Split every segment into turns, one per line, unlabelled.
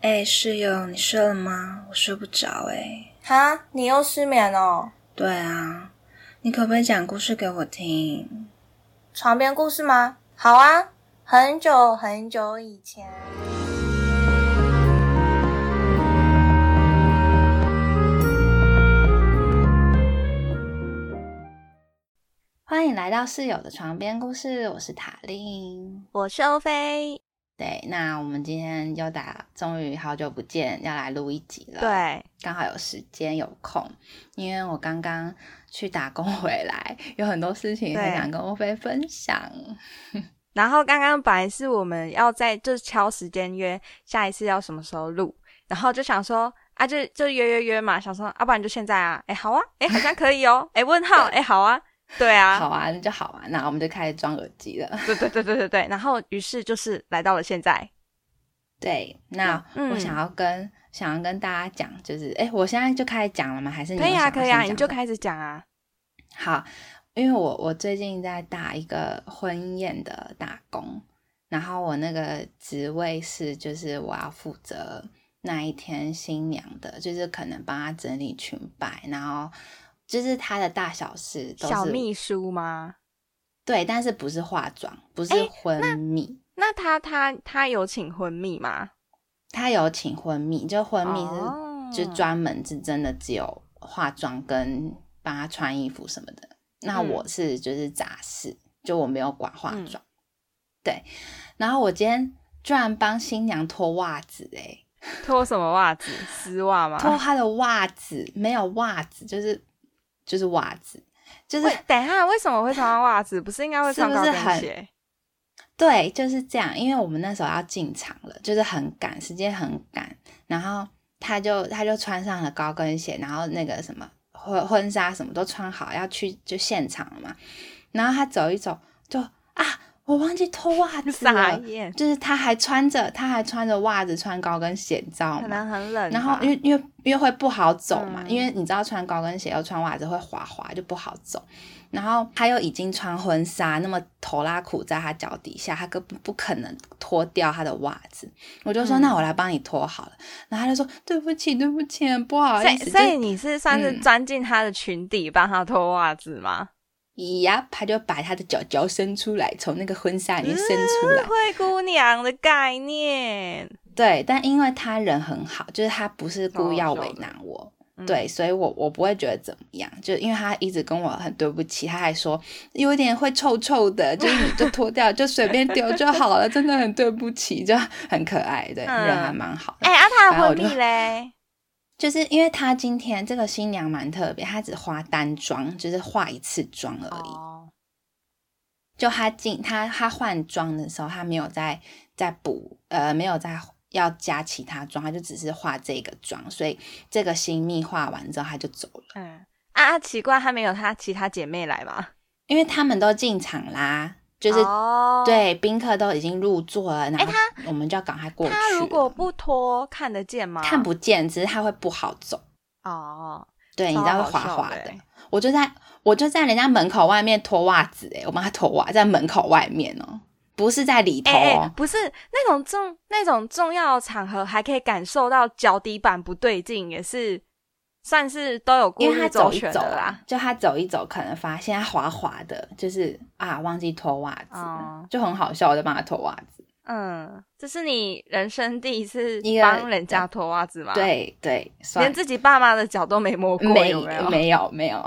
哎、室友，你睡了吗？我睡不着哎、
哈，你又失眠哦？
对啊，你可不可以讲故事给我听？
床边故事吗？好啊，很久很久以前。
欢迎来到室友的床边故事，我是塔令。
我是欧菲，
对，那我们今天又打，终于好久不见，要来录一集了。，
对，
刚好有时间有空，因为我刚刚去打工回来，有很多事情很
对
想跟欧菲分享。
然后刚刚本来是我们要在就敲时间约下一次要什么时候录，然后就想说啊，就就约约约嘛，想说啊，不然就现在啊，哎好啊，哎好像可以哦， 哎问号，哎好啊，对啊，
好啊，那就好啊，那我们就开始装耳机了。
对对对对对对，然后于是就是来到了现在，
对，那
嗯
我想要跟、想要跟大家讲，就是哎，我现在就开始讲了吗？还是你
可以
有
啊
想要
可以啊，
先
你
讲
就
的
开始讲啊，
好，因为我我最近在打一个婚宴的打工，然后我那个职位是就是我要负责那一天新娘的，就是可能帮她整理裙摆，然后就是她的大小事都是
小秘书吗？
对，但是不是化妆，不是
诶
婚蜜。
那他他他有请婚蜜吗？
她有请婚蜜，就婚蜜是、
哦
就专门是真的只有化妆跟帮她穿衣服什么的。那
嗯
我是就是杂事，就我没有管化
嗯
妆。对，然后我今天居然帮新娘脱袜子、欸，
脱什么袜子？丝袜吗？
脱她的袜子，没有袜子，就是就是袜子，就是
喂，等一下，为什么会穿到袜子？不是应该会穿
是
高
不是
跟
很
鞋？
对，就是这样。因为我们那时候要进场了，就是很赶，时间很赶。然后他就他就穿上了高跟鞋，然后那个什么婚婚纱什么都穿好，要去就现场了嘛。然后他走一走，就啊，我忘记脱袜 子
傻
了，
眼，
就是他还穿着他还穿着袜子，穿高跟鞋，你知道
可
吗？
能很
哦
冷吧。
然后因为因为因为会不好走嘛，
嗯
因为你知道穿高跟鞋又穿袜子会滑滑，就不好走。然后他又已经穿婚纱，那么头拉苦在他脚底下，他根本不可能脱掉他的袜子。我就说、
嗯
那我来帮你脱好了，然后他就说对不起对不起，不好
所
意
以
思。
所以
就
你是算是
嗯
钻进他的裙底帮他脱袜子吗？
呀，他就把他的脚脚伸出来，从那个婚纱里面伸出来。
嗯灰姑娘的概念，
对，但因为他人很好，就是他不是故意
哦
要
是
为
的
难我，
嗯
对，所以我我不会觉得怎么样，就因为他一直跟我很对不起，他还说有一点会臭臭的，就是你就脱掉，就随便丢就好了，真的很对不起，就很可爱，对，
嗯
人还蛮好的。
哎，啊，他的
反正我
婚
就
蜜 嘞，
就是因为他今天这个新娘蛮特别，她只化单妆，就是化一次妆而已。
哦，
就她进她她换装的时候，她没有再再补，呃，没有再要加其他妆，她就只是化这个妆，所以这个新蜜化完之后，她就走了。
嗯，啊啊，奇怪，他没有他其他姐妹来吗？
因为他们都进场啦，就是、
哦，，哎
对宾客都已经入座了，然后我们就要赶快过去了。
他如果不脱看得见吗？
看不见，只是他会不好走，
哦，
对，你知道会滑
超好笑
滑
的
的
欸。
我就在我就在人家门口外面脱袜子、欸，我帮他脱袜，在门口外面哦、不是在里头、
哎
哦
哎，不是那种重那种重要的场合，还可以感受到脚底板不对劲，也是算是都有
因
顾
为他
虑
走
周
一
全
走
的
啊
啦。，
就他走一走，可能发现他滑滑的，就是啊忘记脱袜子了，
哦
就很好笑，我就帮他脱袜子。
嗯，这是你人生第一次
一个
帮人家脱袜子吗？，
对对，算
啊连自己爸妈的脚都没摸过，
没
有没有？
没有没有，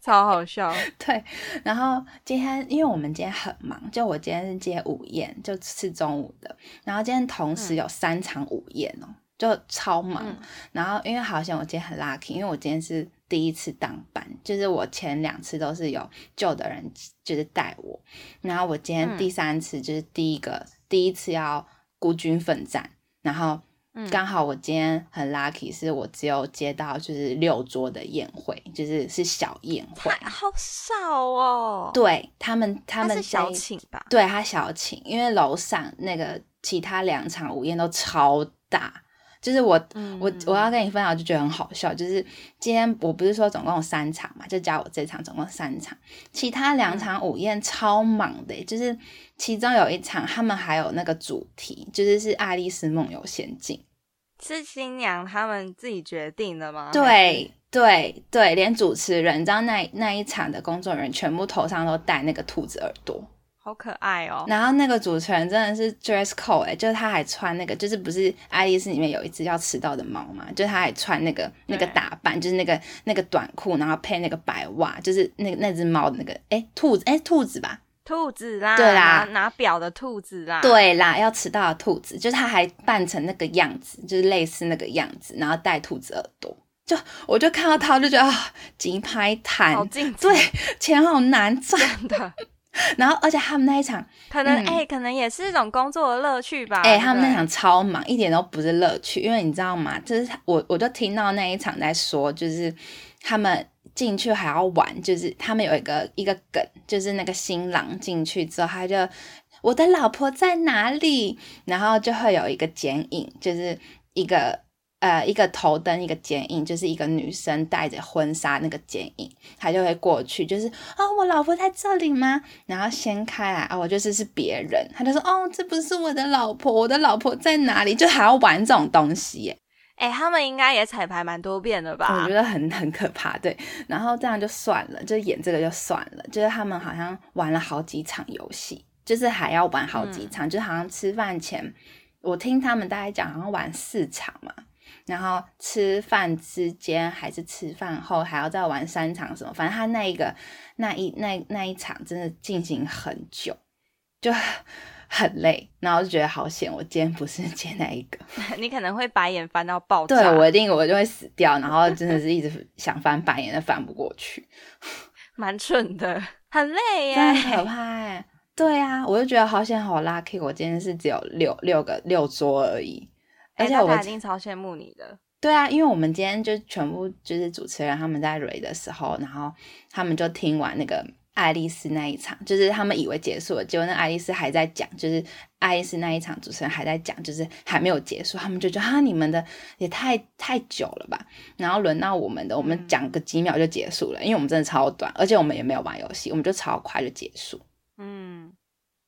超好笑。
对，然后今天因为我们今天很忙，就我今天是接午宴，就吃中午的，然后今天同时有三场午宴哦，就超忙。
嗯
然后因为好险我今天很 lucky，因为我今天是第一次当班，就是我前两次都是有旧的人就是带我，然后我今天
嗯
第三次就是第一个、第一次要孤军奋战，然后
嗯
刚好我今天很 lucky，是我只有接到就是六桌的宴会，就是是小宴 会。
啊好少哦，
对他们，他们这
是小
一，
请吧？
对他小请，因为楼上那个其他两场午宴都超大，就是我
嗯
我我要跟你分享，我就觉得很好笑。就是今天我不是说总共有三场嘛，就加我这场总共三场，其他
嗯
两场午宴超忙的欸、就是其中有一场他们还有那个主题，就是是《爱丽丝梦游仙境》。
是新娘他们自己决定的吗？啊还是，
对对对，连主持人，你知道那那一场的工作人员全部头上都戴那个兔子耳朵，
好可爱哦。
然后那个主持人真的是 dress code 哎、就是他还穿那个，就是不是《爱丽丝》里面有一只要迟到的猫嘛，就是他还穿那个那个
对
打扮，就是那个那个短裤，然后配那个白袜，就是那那只猫的那个哎、兔子哎、兔子吧，
兔子啦，
对啦
拿拿表的兔子啦，，
对啦，要迟到的兔子，就是他还扮成那个样子，就是类似那个样子，然后戴兔子耳朵，就我就看到他我就觉得啊，急拍弹
好，近，
对，钱好难赚。
真的，
然后而且他们那一场，
啊可能
嗯
哎、可能也是一种工作的乐趣吧。
哎、
对不
他们那
对
场超忙，一点都不是乐趣，因为你知道吗？就是我我就听到那一场在说，就是他们进去还要玩，就是他们有一个一个梗，就是那个新郎进去之后，他就我的老婆在哪里，然后就会有一个剪影，就是一个。呃，一个头灯，一个剪影，就是一个女生戴着婚纱那个剪影，她就会过去，就是啊、我老婆在这里吗？然后掀开来啊，我就是是别人，他就说哦，这不是我的老婆，我的老婆在哪里？就还要玩这种东西耶，
哎、他们应该也彩排蛮多遍的吧？
嗯我觉得很很可怕。对，然后这样就算了，就演这个就算了，就是他们好像玩了好几场游戏，就是还要玩好几场，就好像吃饭前，我听他们大概讲好像玩四场嘛。然后吃饭之间还是吃饭后还要再玩三场什么，反正他那一个那一那那一场真的进行很久，就很累，然后就觉得好险，我今天不是接那一个，
你可能会白眼翻到爆炸。
对我一定我就会死掉，然后真的是一直想翻白眼，但翻不过 去，
蛮蠢的，很累耶。哎
真的很可怕、欸。对啊，我就觉得好险好 lucky，我今天是只有六六个六桌而已，而
哎
且
大
我、
家一定超羡慕你的。
对啊，因为我们今天就全部就是主持人他们在蕊的时候，然后他们就听完那个爱丽丝那一场，就是他们以为结束了，结果那爱丽丝还在讲，就是爱丽丝那一场主持人还在讲，就是还没有结束，他们就觉得啊，你们的也太太久了吧。然后轮到我们的，我们讲个几秒就结束了，因为我们真的超短，而且我们也没有玩游戏，我们就超快就结束。
嗯，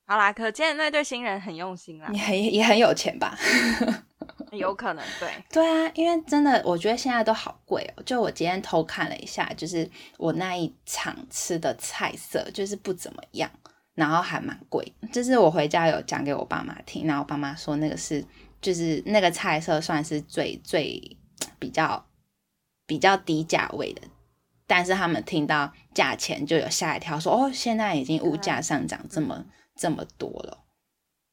好啦，可见那对新人很用心啦
你，很也很有钱吧？
有可能 对。
对啊，因为真的，我觉得现在都好贵哦。就我今天偷看了一下，就是我那一场吃的菜色就是不怎么样，然后还蛮贵。就是我回家有讲给我爸妈听，然后我爸妈说那个是就是那个菜色算是最最比较比较低价位的，但是他们听到价钱就有吓一跳说，哦，现在已经物价上涨这么、这么多了。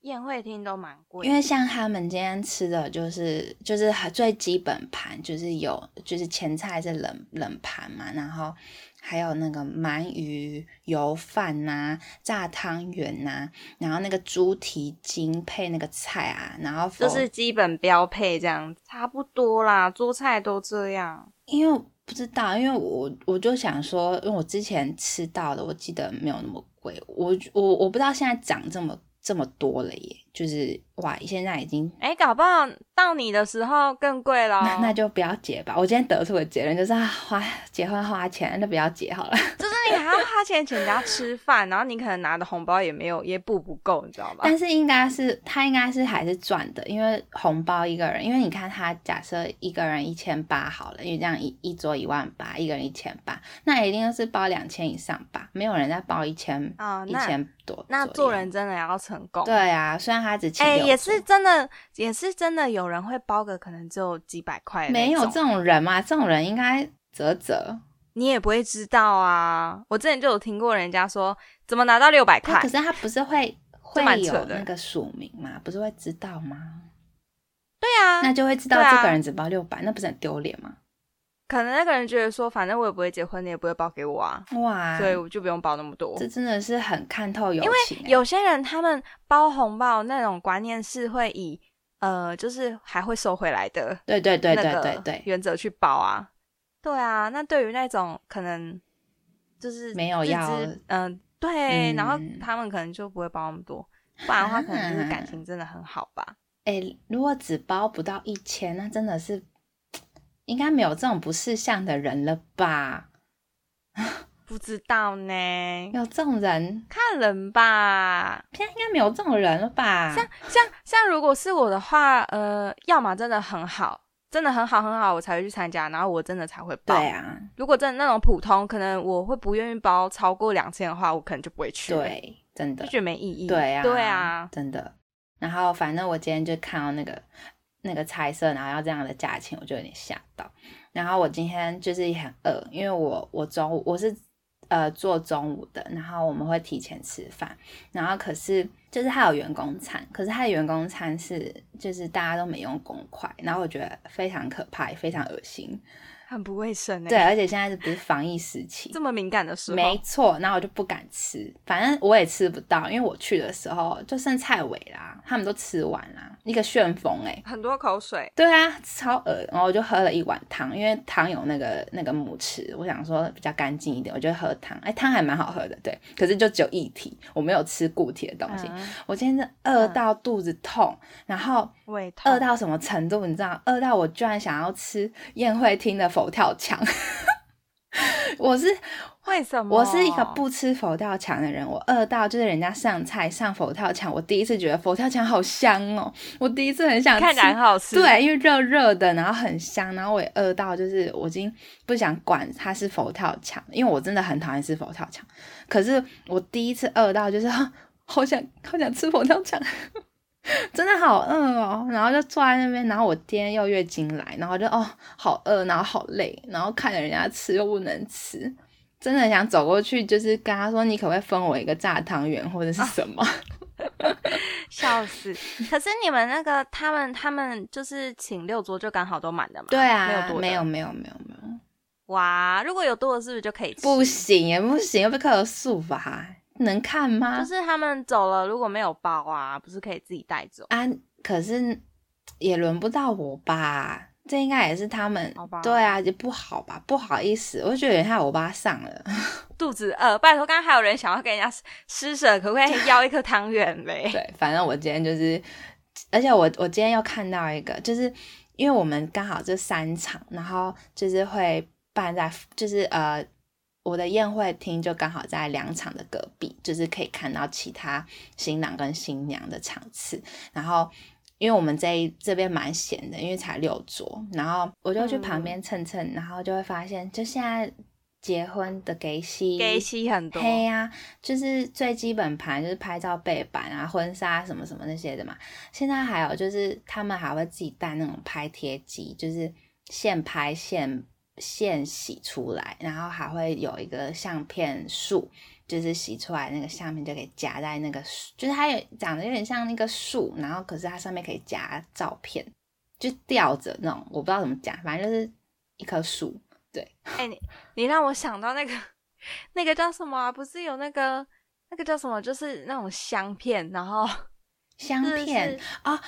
宴会厅都蛮贵，
因为像他们今天吃的就是就是很最基本盘，就是有就是前菜是冷冷盘嘛，然后还有那个鳗鱼油饭呐、炸汤圆呐、然后那个猪蹄筋配那个菜啊，然后
就
否
是基本标配这样，差不多啦，桌菜都这样。
因为我不知道，因为我我就想说，因为我之前吃到的，我记得没有那么贵，我我我不知道现在涨这么这么多了耶，就是哇，现在已经
哎，搞不好到你的时候更贵咯。
那那就不要结吧。我今天得出的结论就是啊，花结婚花钱，那就不要结好了。
就是你还要花钱请人家吃饭，然后你可能拿的红包也没有，也补不够，你知道吧？
但是应该是他应该是还是赚的，因为红包一个人，因为你看他假设一个人一千八好了，因为这样一一桌一万八，一个人一千八，那一定是包两千以上吧，没有人再包一千
啊
一
那
千多。
那做人。真的要成功。
对啊，虽然他只请
哎、
六
也
桌
是真的，也是真的，有人会包个可能只有几百块的那
没有
种
这种人嘛，这种人应该啧啧。
你也不会知道啊。我之前就有听过人家说，怎么拿到六百
他
块
啊可？是他不是会会
蛮扯
有
的
那个署名嘛，不是会知道吗？
对啊，
那就会知道
对啊
这个人只包六百、那不是很丢脸吗？
可能那个人觉得说，反正我也不会结婚，你也不会包给我啊，
哇，
所以我就不用包那么多
这。真的是很看透友情、欸，
有些人他们包红包那种观念是会以呃，就是还会收回来的
对对对
那
对
个
对对，
原则去包啊。对啊，那对于那种可能就是
没有
自知
要
嗯、对，然后
嗯
他们可能就不会包那么多，不然的话可能就是感情真的很好吧。
哎、如果只包不到一千，那真的是应该没有这种不识相的人了吧？
嗯不知道呢，
有这种人，
看人吧。
现在应该没有这种人了吧？
像像像，如果是我的话，呃，要么真的很好，真的很好很好，我才会去参加，然后我真的才会报。
对啊，
如果真的那种普通，可能我会不愿意包超过两千的话，我可能就不会去。，
对，真
就
的，
觉得没意义。
对啊，
对啊，
真的。然后反正我今天就看到那个那个菜色，然后要这样的价钱，我就有点吓到。然后我今天就是也很饿，因为我我中午我是呃做中午的，然后我们会提前吃饭，然后可是就是它有员工餐，可是它的员工餐是就是大家都没用公筷，然后我觉得非常可怕，也非常恶心。
很不卫生呢。欸
对，，而且现在是不是防疫时期？
这么敏感的时候，
没错，然后我就不敢吃，反正我也吃不到，因为我去的时候就剩菜尾啦，他们都吃完啦，一个旋风哎、
很多口水。
对啊，超恶，然后我就喝了一碗汤，因为汤有那个那个母匙，我想说比较干净一点，我就喝汤，哎、汤还蛮好喝的，对，可是就只有一体，我没有吃固体的东西，
嗯
我今天是饿到肚子痛，然后
胃痛
饿到什么程度，你知道？饿到我居然想要吃宴会厅的佛跳墙， 我是
为什么？
我是一个不吃佛跳墙的人，我饿到就是人家上菜上佛跳墙，我第一次觉得佛跳墙好香哦，我第一次很想吃，
看起来很好吃。，
对，因为热热的，然后很香，然后我也饿到就是我已经不想管它是佛跳墙，因为我真的很讨厌吃佛跳墙，可是我第一次饿到就是好想好想吃佛跳墙。 真的好饿哦，然后就坐在那边，然后我今天又月经来，然后就哦好饿，然后好累，然后看着人家吃又不能吃，真的很想走过去，就是跟他说你可不可以分我一个炸汤圆或者
啊
是什么？
笑死。可是你们那个他们他们就是请六桌就刚好都满的嘛？
对啊，
没有多 的
没有没有没有没有，
哇，如果有多的，是不是就可以吃？
不行也不行，要被克诉吧？能看吗？
就是他们走了，如果没有包啊，不是可以自己带走？
啊，可是也轮不到我吧？这应该也是他们
好吧
对啊，也不好吧？不好意思，我觉得有点害我爸上了。
肚子饿，拜托，刚刚还有人想要跟人家 施施舍，可不可以要一颗汤圆嘞？
对，反正我今天就是，而且我我今天又看到一个，就是因为我们刚好这三场，然后就是会办在，就是呃，我的宴会厅就刚好在两场的隔壁，就是可以看到其他新郎跟新娘的场次，然后。因为我们这一这边蛮闲的，因为才六桌，然后我就去旁边蹭蹭，然后就会发现，就现在结婚的给息，
给息很多，
黑呀、就是最基本盘就是拍照背板啊、婚纱什么什么那些的嘛。现在还有就是他们还会自己带那种拍贴机，就是现拍现现洗出来，然后还会有一个相片树，就是洗出来那个相片就可以夹在那个树，就是它有长得有点像那个树，然后可是它上面可以夹照片，就吊着那种，我不知道怎么讲，反正就是一棵树。
你让我想到那个 那个叫什么、啊？不是有那个那个叫什么？就是那种香片，然后
相
嗯是
片
是
啊、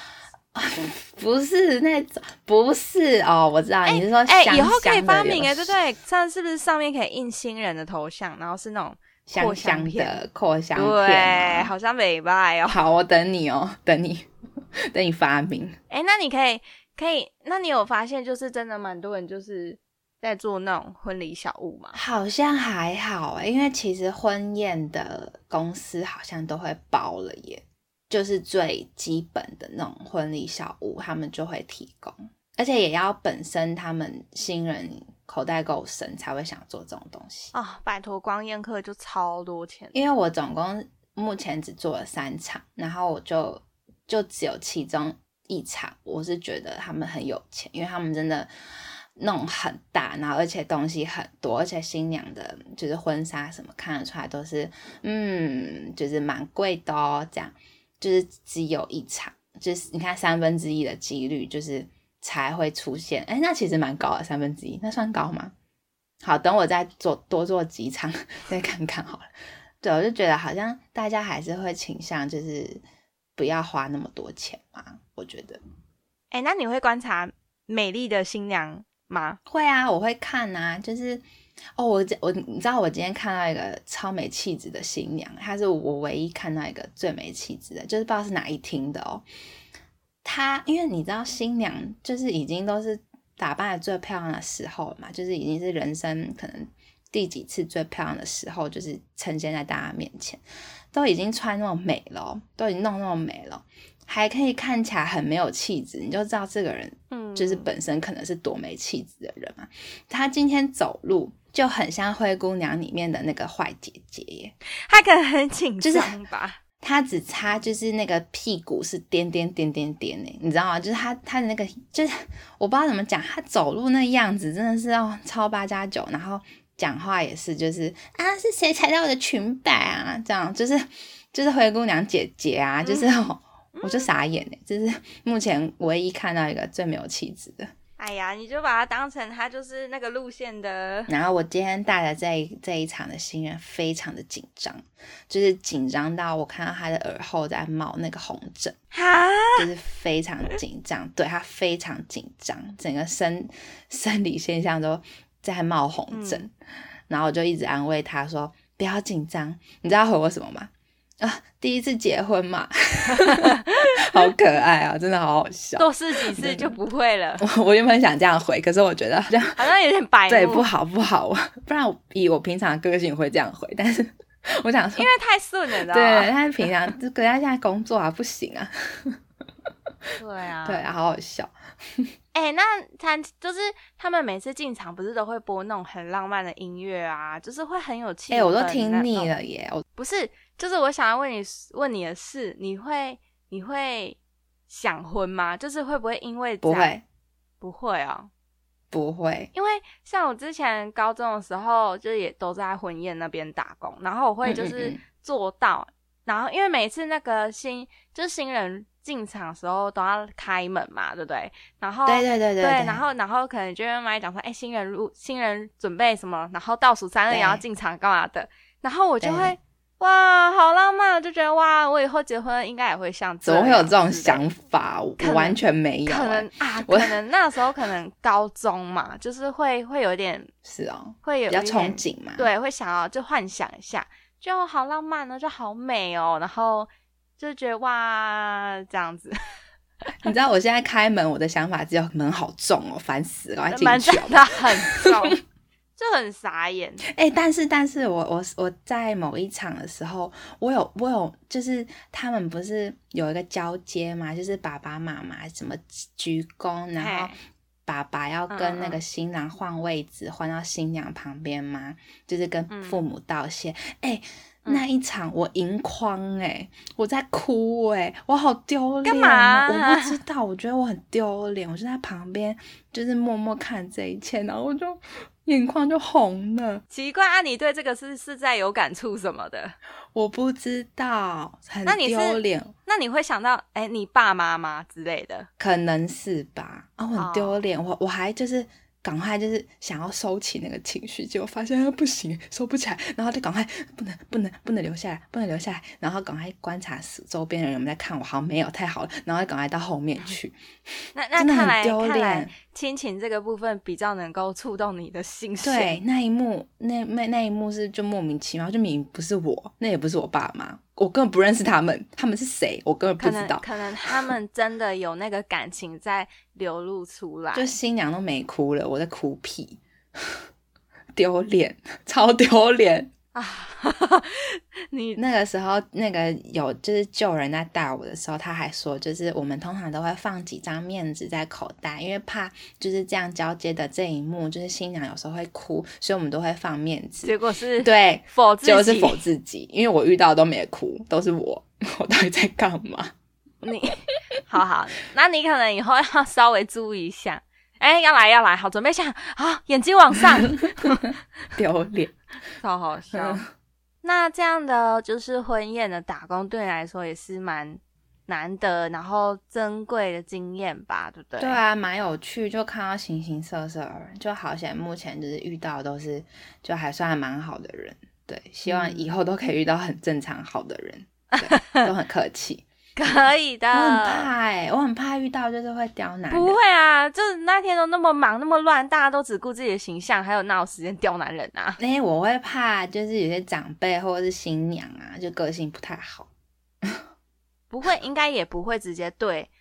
不是那种，不是哦，我知道、你是说
哎、
香
以后可以
香的
发
有
明哎，对不对？上是不是上面可以印新人的头像，然后是那种扩
香
香
香
片
的扩香片
对，
啊、
好像美拜哦。
好，我等你哦， 等你，等你发明。
哎、那你可以可以，那你有发现就是真的蛮多人就是在做那种婚礼小物吗？
好像还好欸，因为其实婚宴的公司好像都会包了耶，就是最基本的那种婚礼小物，他们就会提供，而且也要本身他们新人口袋够深才会想做这种东西。
啊、拜托，光宴客就超多钱。
因为我总共目前只做了三场，然后我就就只有其中一场，我是觉得他们很有钱，因为他们真的弄很大，然后而且东西很多，而且新娘的就是婚纱什么看得出来都是，嗯，就是蛮贵的哦，这样就是只有一场，就是你看三分之一的几率就是才会出现，哎，那其实蛮高的三分之一，那算高吗？好，等我再做多做几场 再看看好了。对，我就觉得好像大家还是会倾向就是不要花那么多钱嘛。我觉得
哎、那你会观察美丽的新娘吗？
会啊，我会看啊，就是哦，我这我你知道我今天看到一个超没气质的新娘，她是我唯一看到一个最没气质的，就是不知道是哪一厅的哦。她，因为你知道新娘就是已经都是打扮的最漂亮的时候了嘛，就是已经是人生可能第几次最漂亮的时候，就是呈现在大家面前，都已经穿那么美了哦，都已经弄那么美了哦，还可以看起来很没有气质，你就知道这个人
嗯
就是本身可能是多没气质的人嘛。她今天走路就很像《灰姑娘》里面的那个坏姐姐耶，
他可能很紧
就是
张吧，
他只差就是那个屁股是颠颠颠颠颠呢、你知道吗？就是他他的那个就是我不知道怎么讲，他走路那样子真的是哦超八加九，然后讲话也是就是啊是谁踩到我的裙摆啊这样，就是就是灰姑娘姐姐啊，就是、哦我就傻眼呢、这是目前唯一看到一个最没有气质的。
哎呀，你就把它当成他就是那个路线的，
然后我今天带的这一这一场的新人非常的紧张，就是紧张到我看到他的耳后在冒那个红疹。
哈，
就是非常紧张，对他非常紧张，整个生生理现象都在冒红疹，然后我就一直安慰他说不要紧张，你知道他回我什么吗？啊，第一次结婚嘛， 好可爱啊，真的好好笑。
多试几次就不会了，
我我原本想这样回，可是我觉得这样
好像有点白
对
目
不好不好， 我不然我以我平常的个性我会这样回，但是我想说
因为太顺了，你知哦道啊
对，
吗？
但是平常就可是他现在工作啊不行啊，
对啊，
对啊，好好笑。
哎、那他就是他们每次进场不是都会播那种很浪漫的音乐啊，就是会很有气氛。
哎、我都听腻
那种。
了耶，我
不是，就是我想要问你问你的是，你会你会想婚吗？就是会不会因为
不
这样
会。
不会哦，
不会，
因为像我之前高中的时候，就是也都在婚宴那边打工，然后我会就
嗯
是
嗯嗯
做到，然后因为每次那个新就是新人进场的时候都要开门嘛，对不哦对？然后
对对对对对，
然后然后可能就会妈讲说，哎、新人入新人准备什么，然后倒数三二
对
也要进场干嘛的，然后我就
对
会哇，好浪漫，就觉得哇，我以后结婚应该也会像
怎么会有
样
这种
之类
想法？我
可能
完全没有、
可
欸
能啊，
我
可能那时候可能高中嘛，就是会会有点
是哦，
会有
比较
一点
憧憬啊嘛。，
对，会想要就幻想一下，就好浪漫哦，就好美哦，然后就觉得哇这样子，
你知道我现在开门，我的想法只有门好重哦，烦死了，赶快
呃蛮
进哦去好
真
不
的
好。
很重，就很傻眼。
哎、但是但是我我我在某一场的时候，我有我有，就是他们不是有一个交接嘛，就是爸爸妈妈什么鞠躬，然后
嘿
爸爸要
嗯
跟
嗯
那个新郎换位置，换到新娘旁边嘛，就是跟父母道谢。哎、
嗯
那一场我盈眶哎、我在哭哎、我好丢脸、
干
哦，
嘛啊
我不知道，我觉得我很丢脸，我就在旁边就是默默看这一切，然后我就眼眶就红了。
奇怪啊，你对这个是是在有感触什么的？
我不知道，很
那你是
丢脸，
那你会想到哎、你爸妈吗之类的？
可能是吧。啊，我
哦
很丢脸，我我还就是赶快就是想要收起那个情绪，结果发现、啊、不行，收不起来，然后就赶快不能不能不能留下来，不能留下来，然后赶快观察周边的人有没有在看我，好像没有，太好了，然后赶快到后面 去，
那那
真的
看
很
来
丢
看来
脸。
亲情这个部分比较能够触动你的心弦。
对，，那一幕，那那那一幕是就莫名其妙，就明明不是我，那也不是我爸妈，我根本不认识他们，他们是谁，我根本不
可
知
能
道。
可能他 们真的有那个感情在流露出来。
就新娘都没哭了，我在哭屁， 丢脸， 超丢脸。
啊， 你
那个时候，那个有就是救人在带我的时候，他还说，就是我们通常都会放几张面纸在口袋，因为怕就是这样交接的这一幕，就是新娘有时候会哭，所以我们都会放面纸。
结果是
对，
否自己
就是否自己，因为我遇到都没哭，都是我， 我到底在干嘛？
你， 好好，那你可能以后要稍微注意一下。哎、要来要来，好，准备一下，好，眼睛往 上，
丢脸。
超好笑
嗯。
那这样的就是婚宴的打工，对你来说也是蛮难得，然后珍贵的经验吧，对不对？
对啊，蛮有趣，就看到形形色色的人，就好险目前就是遇到都是就还算蛮好的人，对，希望
嗯
以后都可以遇到很正常好的人，对，都很客 气。
可以的。
我很怕哎、我很怕遇到就是会刁难人，
呃不会啊，就是那天都那么忙那么乱，大家都只顾自己的形象，还有哪有时间刁难人啊？
哎、我会怕就是有些长辈或者是新娘啊，就个性不太好，
不会，应该也不会直接对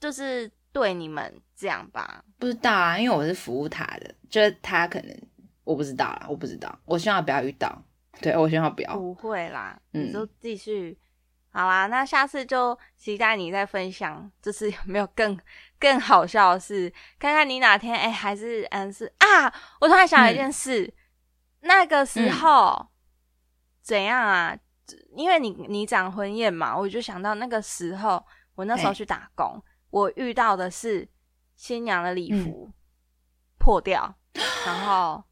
就是对你们这样吧？
不知道啊，因为我是服务他的，就是他可能我不知道啦，我不知道，我希望不要遇到，对我希望不要。
哦
不会啦，
嗯
你就继续。好啦，那下次就期待你再分享，这次有没有更 更好笑的事？看看你哪天哎、还是嗯是啊，我突然想了一件事，那个时候、怎样啊？因为你你讲婚宴嘛，我就想到那个时候，我那时候
哎
去打工，我遇到的是新娘的礼服、破掉，然后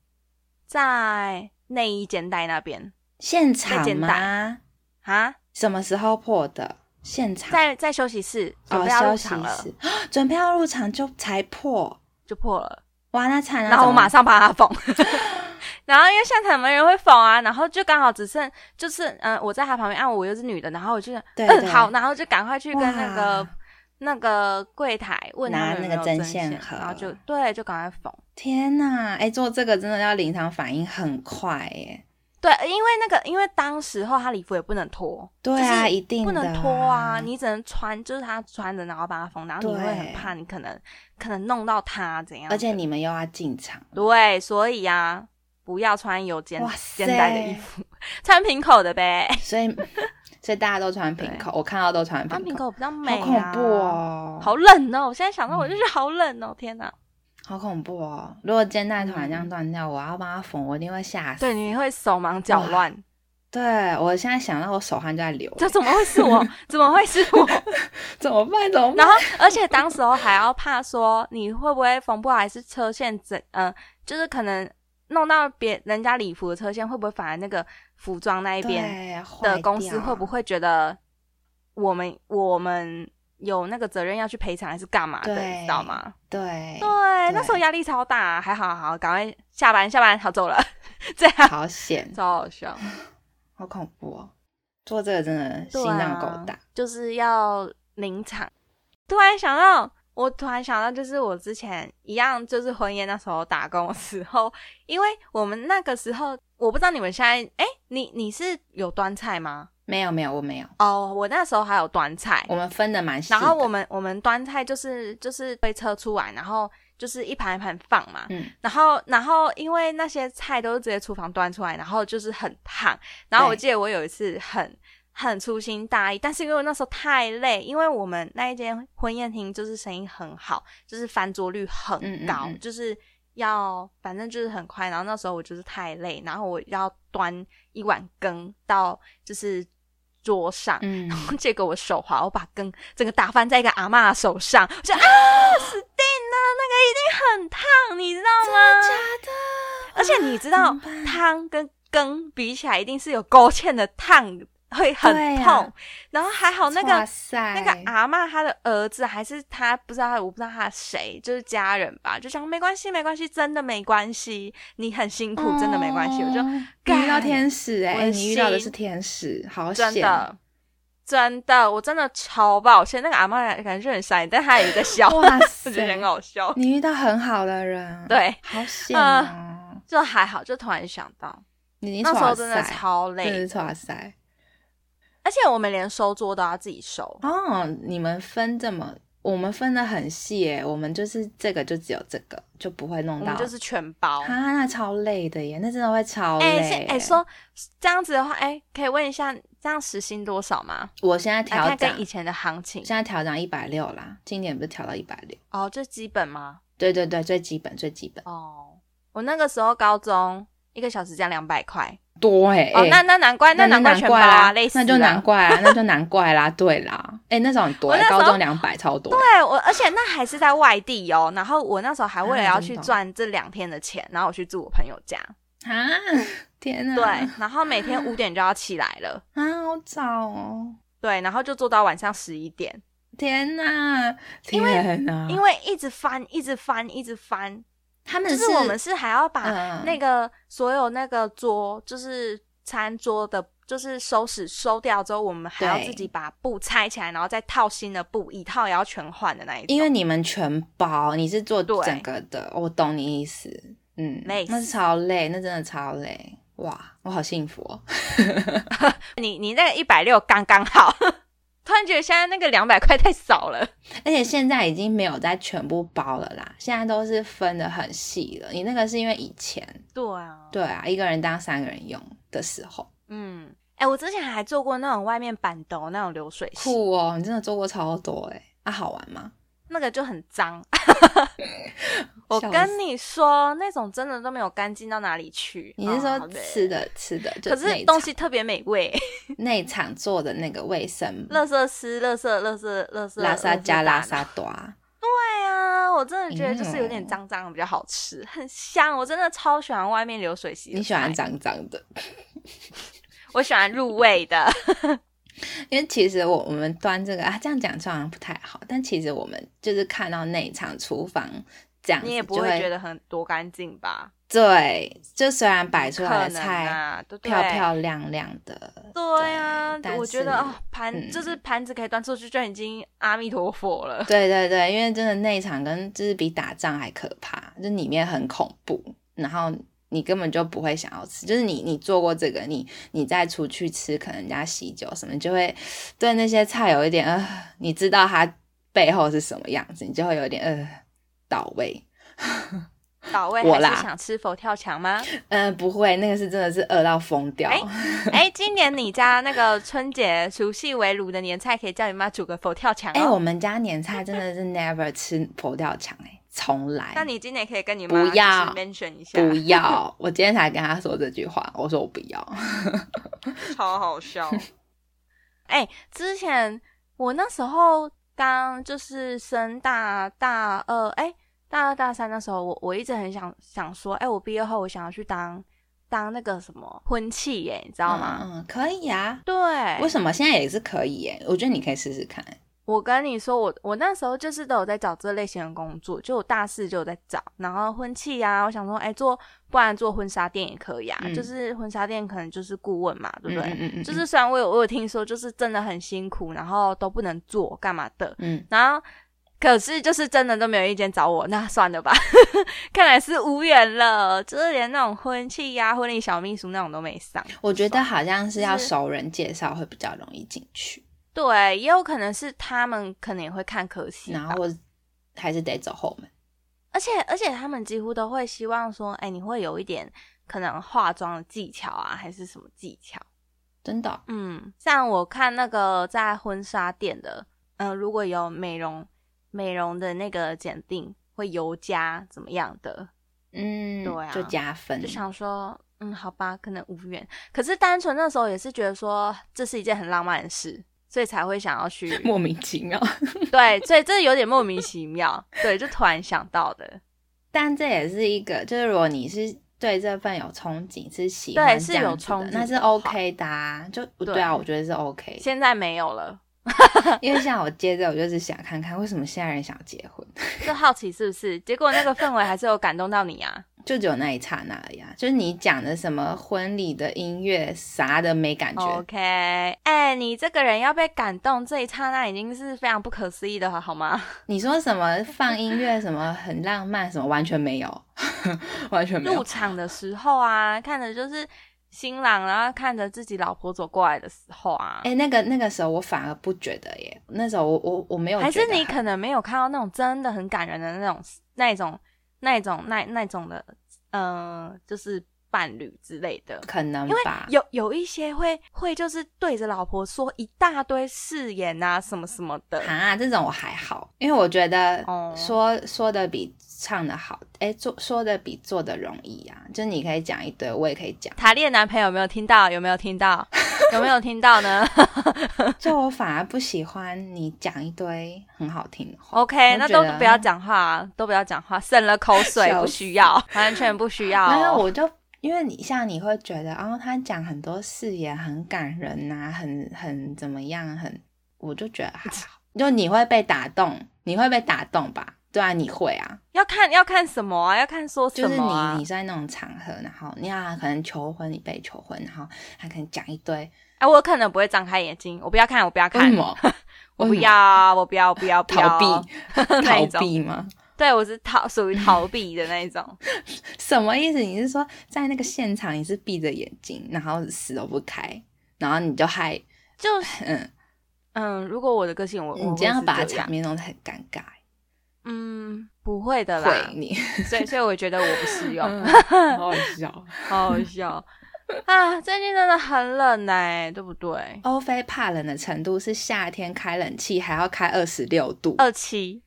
在内衣肩带那边。
现
再
场
见
吗？
啊，
什么时候破的？现场
在在休息室准
哦，
备要
休
入
息
场了，
室 准备要入场就才破，
就破了，
哇，那惨了！啊
然后我
怎么
马上帮 他缝。 然后因为现场没人会缝啊，然后就刚好只剩就是嗯、呃我在他旁边啊，我又是女的，然后我就
对
嗯
对
好，然后就赶快去跟那个
哇
那个柜台问他
拿
们有
那
没
个
有
针
针
线
线
盒
然后就对，就赶快缝。
天呐，哎、做这个真的要临场反应很快耶。
对，因为那个因为当时候他礼服也不能脱，
对啊，
就是
一定
不
的
能脱啊，你只能穿，就是他穿着然后把它缝，然后你会
对
很怕你可能可能弄到他怎样的，
而且你们又要进场，
对，所以啊，不要穿有肩
哇塞
肩带的衣服，穿平口的呗。
所以 所以大家都穿平口，我看到都穿
穿
平
啊平
口，
口比较
好
美、
恐怖！哦，
好冷哦！我现在想到我就是好冷哦，天哪！
好恐怖哦！如果肩带突然这样断掉，我要帮他缝，我一定会吓死。
对，你会手忙脚乱，
对，我现在想到我手汗就在流，
这怎么会是 我？怎么会是我？
怎么办？怎么办？
然后，而且当时候还要怕说你会不会缝不好，还是车线整，嗯、就是可能弄到别人家礼服的车线，会不会反而那个服装那一边
对
的公司会不？
坏
会觉得我们我们有那个责任要去赔偿还是干嘛的，
对
你知道吗？
掉
对，
对，
那时候压力超大、啊还好好，赶快下班下班，好走了，这样
好险，
超好笑，
好恐怖哦！做这个真的心脏够
对
大
啊， 就是要临场。突然想到，我突然想到，就是我之前一样，就是婚宴那时候打工的时候，因为我们那个时候，我不知道你们现在，哎，你你是有端菜吗？
没有没有，我没有，
哦，我那时候还有端菜，
我们分的蛮细的。
然后我们我们端菜就是就是推车出来，然后就是一盘一盘放嘛。
嗯，
然后然后因为那些菜都是直接厨房端出来，然后就是很烫。然后我
对
记得我有一次很很粗心大意，但是因为我那时候太累，因为我们那一间婚宴厅就是生意很好，就是翻桌率很
嗯嗯
高，
嗯
就是。要，反正就是很快。然后那时候我就是太累，然后我要端一碗羹到就是桌上，
嗯，
结果我手滑，我把羹整个打翻在一个阿嬷的手上，我就啊，
哦
死定了，那个一定很烫，你知道吗？而且你知道
怎么办
汤跟羹比起来，一定是有勾芡的烫，会很
对啊
痛。然后还哦好那
哇
个。
塞，
那个阿嬷她的儿子还是她不知道，我不知道她谁，就是家人吧，就想没关系，没关系，真的没关系，你很辛苦，真的没关系。我就
哦你遇到天使哎、
我
欸
的
欸你遇到的是
心
天使，好险！
真的，真的，我真的超抱歉。那个阿妈感觉很傻眼，但她也在笑， 我
哇塞，
觉得很好笑。
你遇到很好的人，，
对，
好险哦！
就还好，就突然想到
你你
那时候
哇
真的
塞
超
真的
累
是，哇塞
而且我们连收桌都要自己收。
哦！你们分这么，我们分的很细哎、我们就是这个就只有这个，就不会弄
我
到，
们就是全包
啊，，那超累的耶，那真的会超累
哎、
耶。
是哎、说这样子的话，哎、可以问一下，这样时薪多少吗？
我现在
来
调
看
涨
跟以，前的行情
现在调涨一百六啦，今年不是调到一百六？
哦，这基本吗？
对对对，最基本最基本。
哦，我那个时候高中一个小时这样两百块，
多哎、
哦，那那难怪，
那
难
怪
怪全包啊，
啦，
累死
那就
了
难怪啊，那就难怪啦，对啦，哎，那时候很多
我
欸，
那时候
高中两百超多，
对我，而且那还是在外地哦。然后我那时候还为了
啊
要
真
去
的哦
赚这两天的钱，然后我去住我朋友家。
啊，天哪，
对，然后每天五点就要起来了，
啊，好早哦，
对，然后就做到晚上十一点，
天哪，天哪，
因为一直翻，一直翻，一直翻。
他们
就是我们是还要把
嗯
那个所有那个桌，就是餐桌的，就是收拾收掉之后，我们还要
对
自己把布拆起来，然后再套新的布，一套也要全换的那一种。
因为你们全包，你是做
对
整个的，我懂你意思，嗯，
累死
那是超累，那真的超累，哇，我好幸福哦，
你你那个一百六刚刚好。 突然觉得现在那个两百块太少了。
而且现在已经没有再全部包了啦，现在都是分的很细了。你那个是因为以前，
对啊，
对啊，一个人当三个人用的时候，
嗯，哎、我之前还做过那种外面板斗那种流水席，
酷哦，你真的做过超多哎、啊，好玩吗？
那个就很 脏。我
笑
跟
死
你说，那种真的都没有干净到哪里去。
你是
啊
说
好累
吃的吃的，就
可是
内
东
场
西特别美味，
内场做的那个卫生，
乐色丝、乐色、乐色、乐色、
拉萨加拉
拉。
萨多啊，
对啊，我真的觉得就是有点
嗯
脏脏的比较好吃，很香。我真的超喜欢外面流水席。
你喜欢？脏脏的。
我喜欢入 味的。
因为其实我我们端这个啊，这样讲出来好像不太好，但其实我们就是看到内场厨房这样子，
你也不
就
会
会
觉得很多干净吧？
对，就虽然摆出
可
来的
能
菜、
啊，对不
漂
对
漂亮亮的，
对啊，
但
我觉得
是
哦，盘、
嗯
就是盘子可以端出去就已经阿弥陀佛了。
对对对，因为真的内场跟就是比打仗还可怕，就里面很恐怖，然后你根本就不会想要吃，就是你你做过这个，你你再出去吃，可能人家喜酒什么，你就会对那些菜有一点呃，你知道它背后是什么样子，你就会有点呃倒胃。
倒位
我
还
啦
是想吃佛跳墙 吗？
嗯，不会，那个是真的是饿到疯掉。
哎哎，今年你家那个春节除夕围炉的年菜，可以叫你妈煮个佛跳墙
哎、我
哦。
们家年菜真的是 never 吃佛跳墙哎、从来。
那你今年可以跟你
不
妈就是
要
mention 一下，
不要！我今天才跟他说这句话，我说我不要。
超好笑。 哎、之前我那时候刚就是升大大二，哎、大二大三那时候我，我一直很想想说，哎、我毕业后我想要去当当那个什么婚庆耶，你知道吗？
嗯，可以啊。
对，
为什么现在也是可以耶？我觉得你可以试试看。
我跟你说，我我那时候就是都有在找这类型的工作，就我大四就有在找，然后婚庆啊，我想说，哎、做不然做婚纱店也可以啊，
嗯
就是婚纱店可能就是顾问嘛，对不对？
嗯嗯嗯，
就是虽然我有我有听说，就是真的很辛苦，然后都不能做干嘛的，
嗯，
然后可是就是真的都没有意见找我，那算了吧， 看来是无缘了，就是连那种婚庆呀、婚礼小秘书那种都没上。
我觉得好像是要
就是
熟人介绍会比较容易进去，
对，也有可能是他们可能也会看可惜吧，
然后我还是得走后门。
而且而且他们几乎都会希望说，哎，你会有一点可能化妆的技巧啊，还是什么技巧。
真的哦，
嗯，像我看那个在婚纱店的，嗯、如果有美容美容的那个检定，会油加怎么样的，
嗯，
对啊
就加分。
就。想说，嗯，好吧，可能无缘。可是单纯那时候也是觉得说，这是一件很浪漫的事，所以才会想要 去
莫名其妙，
对，所以这有点莫名其妙，对，就突然想到的，
但这也是一个，就是如果你是对这份有憧憬，是喜
对
欢
是
这样
有
子的
憧憬
那是
的话
OK 的啊。就对啊，我觉得是 OK 的。
现在没有了，
因为像我接着，我就是想看看为什么现在人想结婚，
就好奇是不是？结果那个氛围还是有感动到你啊。
就只有那一刹那而已啊。就是你讲的什么婚礼的音乐啥的没感觉
OK，哎、你这个人要被感动，这一刹那已经是非常不可思议的了，好吗？
你说什么放音乐什么很浪漫什么完全没有， 完 全没
入
有。
场的时候啊，看着就是新郎，然后看着自己老婆走过来的时候啊，
哎、那个那个时候我反而不觉得耶，那时候我我我没有觉
还
得
是你
很
可能没有看到那种真的很感人的那种、那种、那种、那那种的，嗯、就是伴侣之类的。
可能
因为
吧，
有有一些会会就是对着老婆说一大堆誓言啊什么什么的，
啊这种我还好，因为我觉得
哦
说、说的比唱的好，哎、做说的比做的容易啊，就是你可以讲一堆，我也可以讲。
塔莉的男朋友有没有听到？有没有听到？有没有听到呢
就我反而不喜欢你讲一堆很好听的话。
？OK，那
我觉
都
得
不要。讲话啊，都不要讲话，省了口水，
笑死
不需要， 完全不需要。
没有，我就因为你像你会觉得，哦，他讲很多誓言很感人呐、很很怎么样，很我就觉得还好，就你会被打动，你会被打动吧？对啊，你会啊，
要看要看什么啊？要看说
就
什
是
么啊
你？你在那种场合，然后你啊可能求婚，你被求婚，然后他可能讲一堆，
哎、我可能不会张开眼睛，我不要看，我不要
为什
看，
么？
我不
为什么
要，我不要，不要，不要
逃避
那一
逃
种
避吗？
对，我是逃，属于逃避的那一种。
什么意思？你是说在那个现场你是闭着眼睛，然后死都不开，然后你就害
就
嗯
嗯，如果我的个性，我我
你
会
这样
是
把
这
场
样
面弄得很尴尬，
嗯，不会的啦
毁。你，
所以，所以我觉得我不适 用，
嗯好好笑。
好好笑啊！最近真的很冷哎、对不对？
欧菲怕冷的程度是夏天开冷气还要开二十六度，
二七，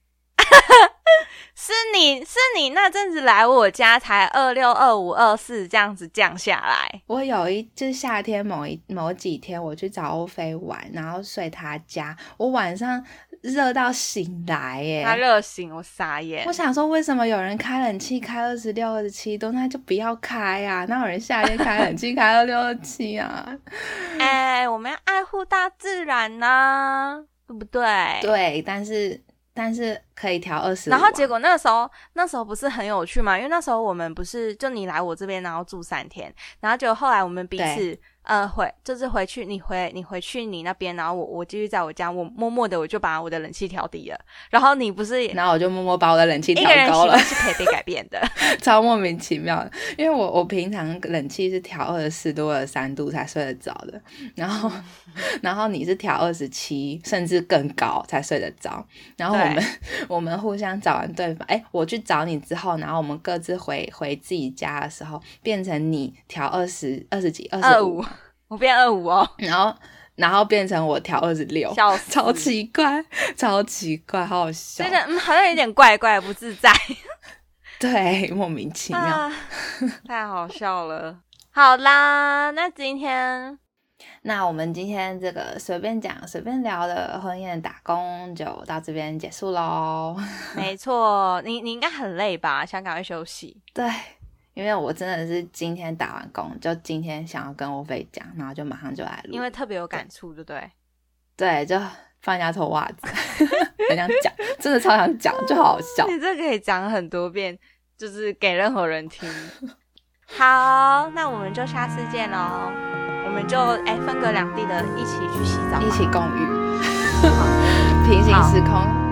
是你是你那阵子来我家才二六二五二四这样子降下来，
我有一就是夏天某一某几天，我去找欧菲玩，然后睡他家，我晚上热到醒来
他
耶。
热醒我傻眼
哎我。想说，为什么有人开冷气开二十六、二十七度，那就不要开啊！那有人夏天开冷气开二六、二七 啊？
哎、我们要爱护大自然呐、对不对？
对，但是但是可以调二十。
哎
啊
然后结果那时候，那时候不是很有趣嘛？因为那时候我们不是就你来我这边，然后住三天，然后就后来我们彼此呃回就是回去，你回你回去你那边，然后我我继续在我家，我默默的我就把我的冷气调低了，然后你不是也
然后我就默默把我的冷气
一
调
个人习
高了
惯，是可以被改变的，
超莫名其妙的，因为我我平常冷气是调二十四度、二十三度才睡得着的，然后
嗯
然后你是调二十七甚至更高才睡得着，然后我们 我们互相找完对方，哎，我去找你之后，然后我们各自回回自己家的时候，变成你调二十二十几、 二
二
十
五
五，，
我变二五哦，
然后然后变成我调二十六，
笑死，
哦超奇怪，超奇怪，好好笑
真，的嗯，好像有点怪怪不自 在。
对，莫名其妙。
啊，太好笑了。好啦，那今天
那我们今天这个随便讲、随便聊的婚宴打工就到这边结束喽。
没错，你你应该很累吧？想赶快休息。
对，因为我真的是今天打完工，就今天想要跟欧菲讲，然后就马上就来录，
因为特别有感触，对不对？
对，就放下脱袜子， 很想讲，真的超想讲，就好好 笑。
你这可以讲很多遍，就是给任何 人听。好，那我们就下次见喽。我们就哎分隔两地的一起去洗澡吧，
一起共浴，平行时空。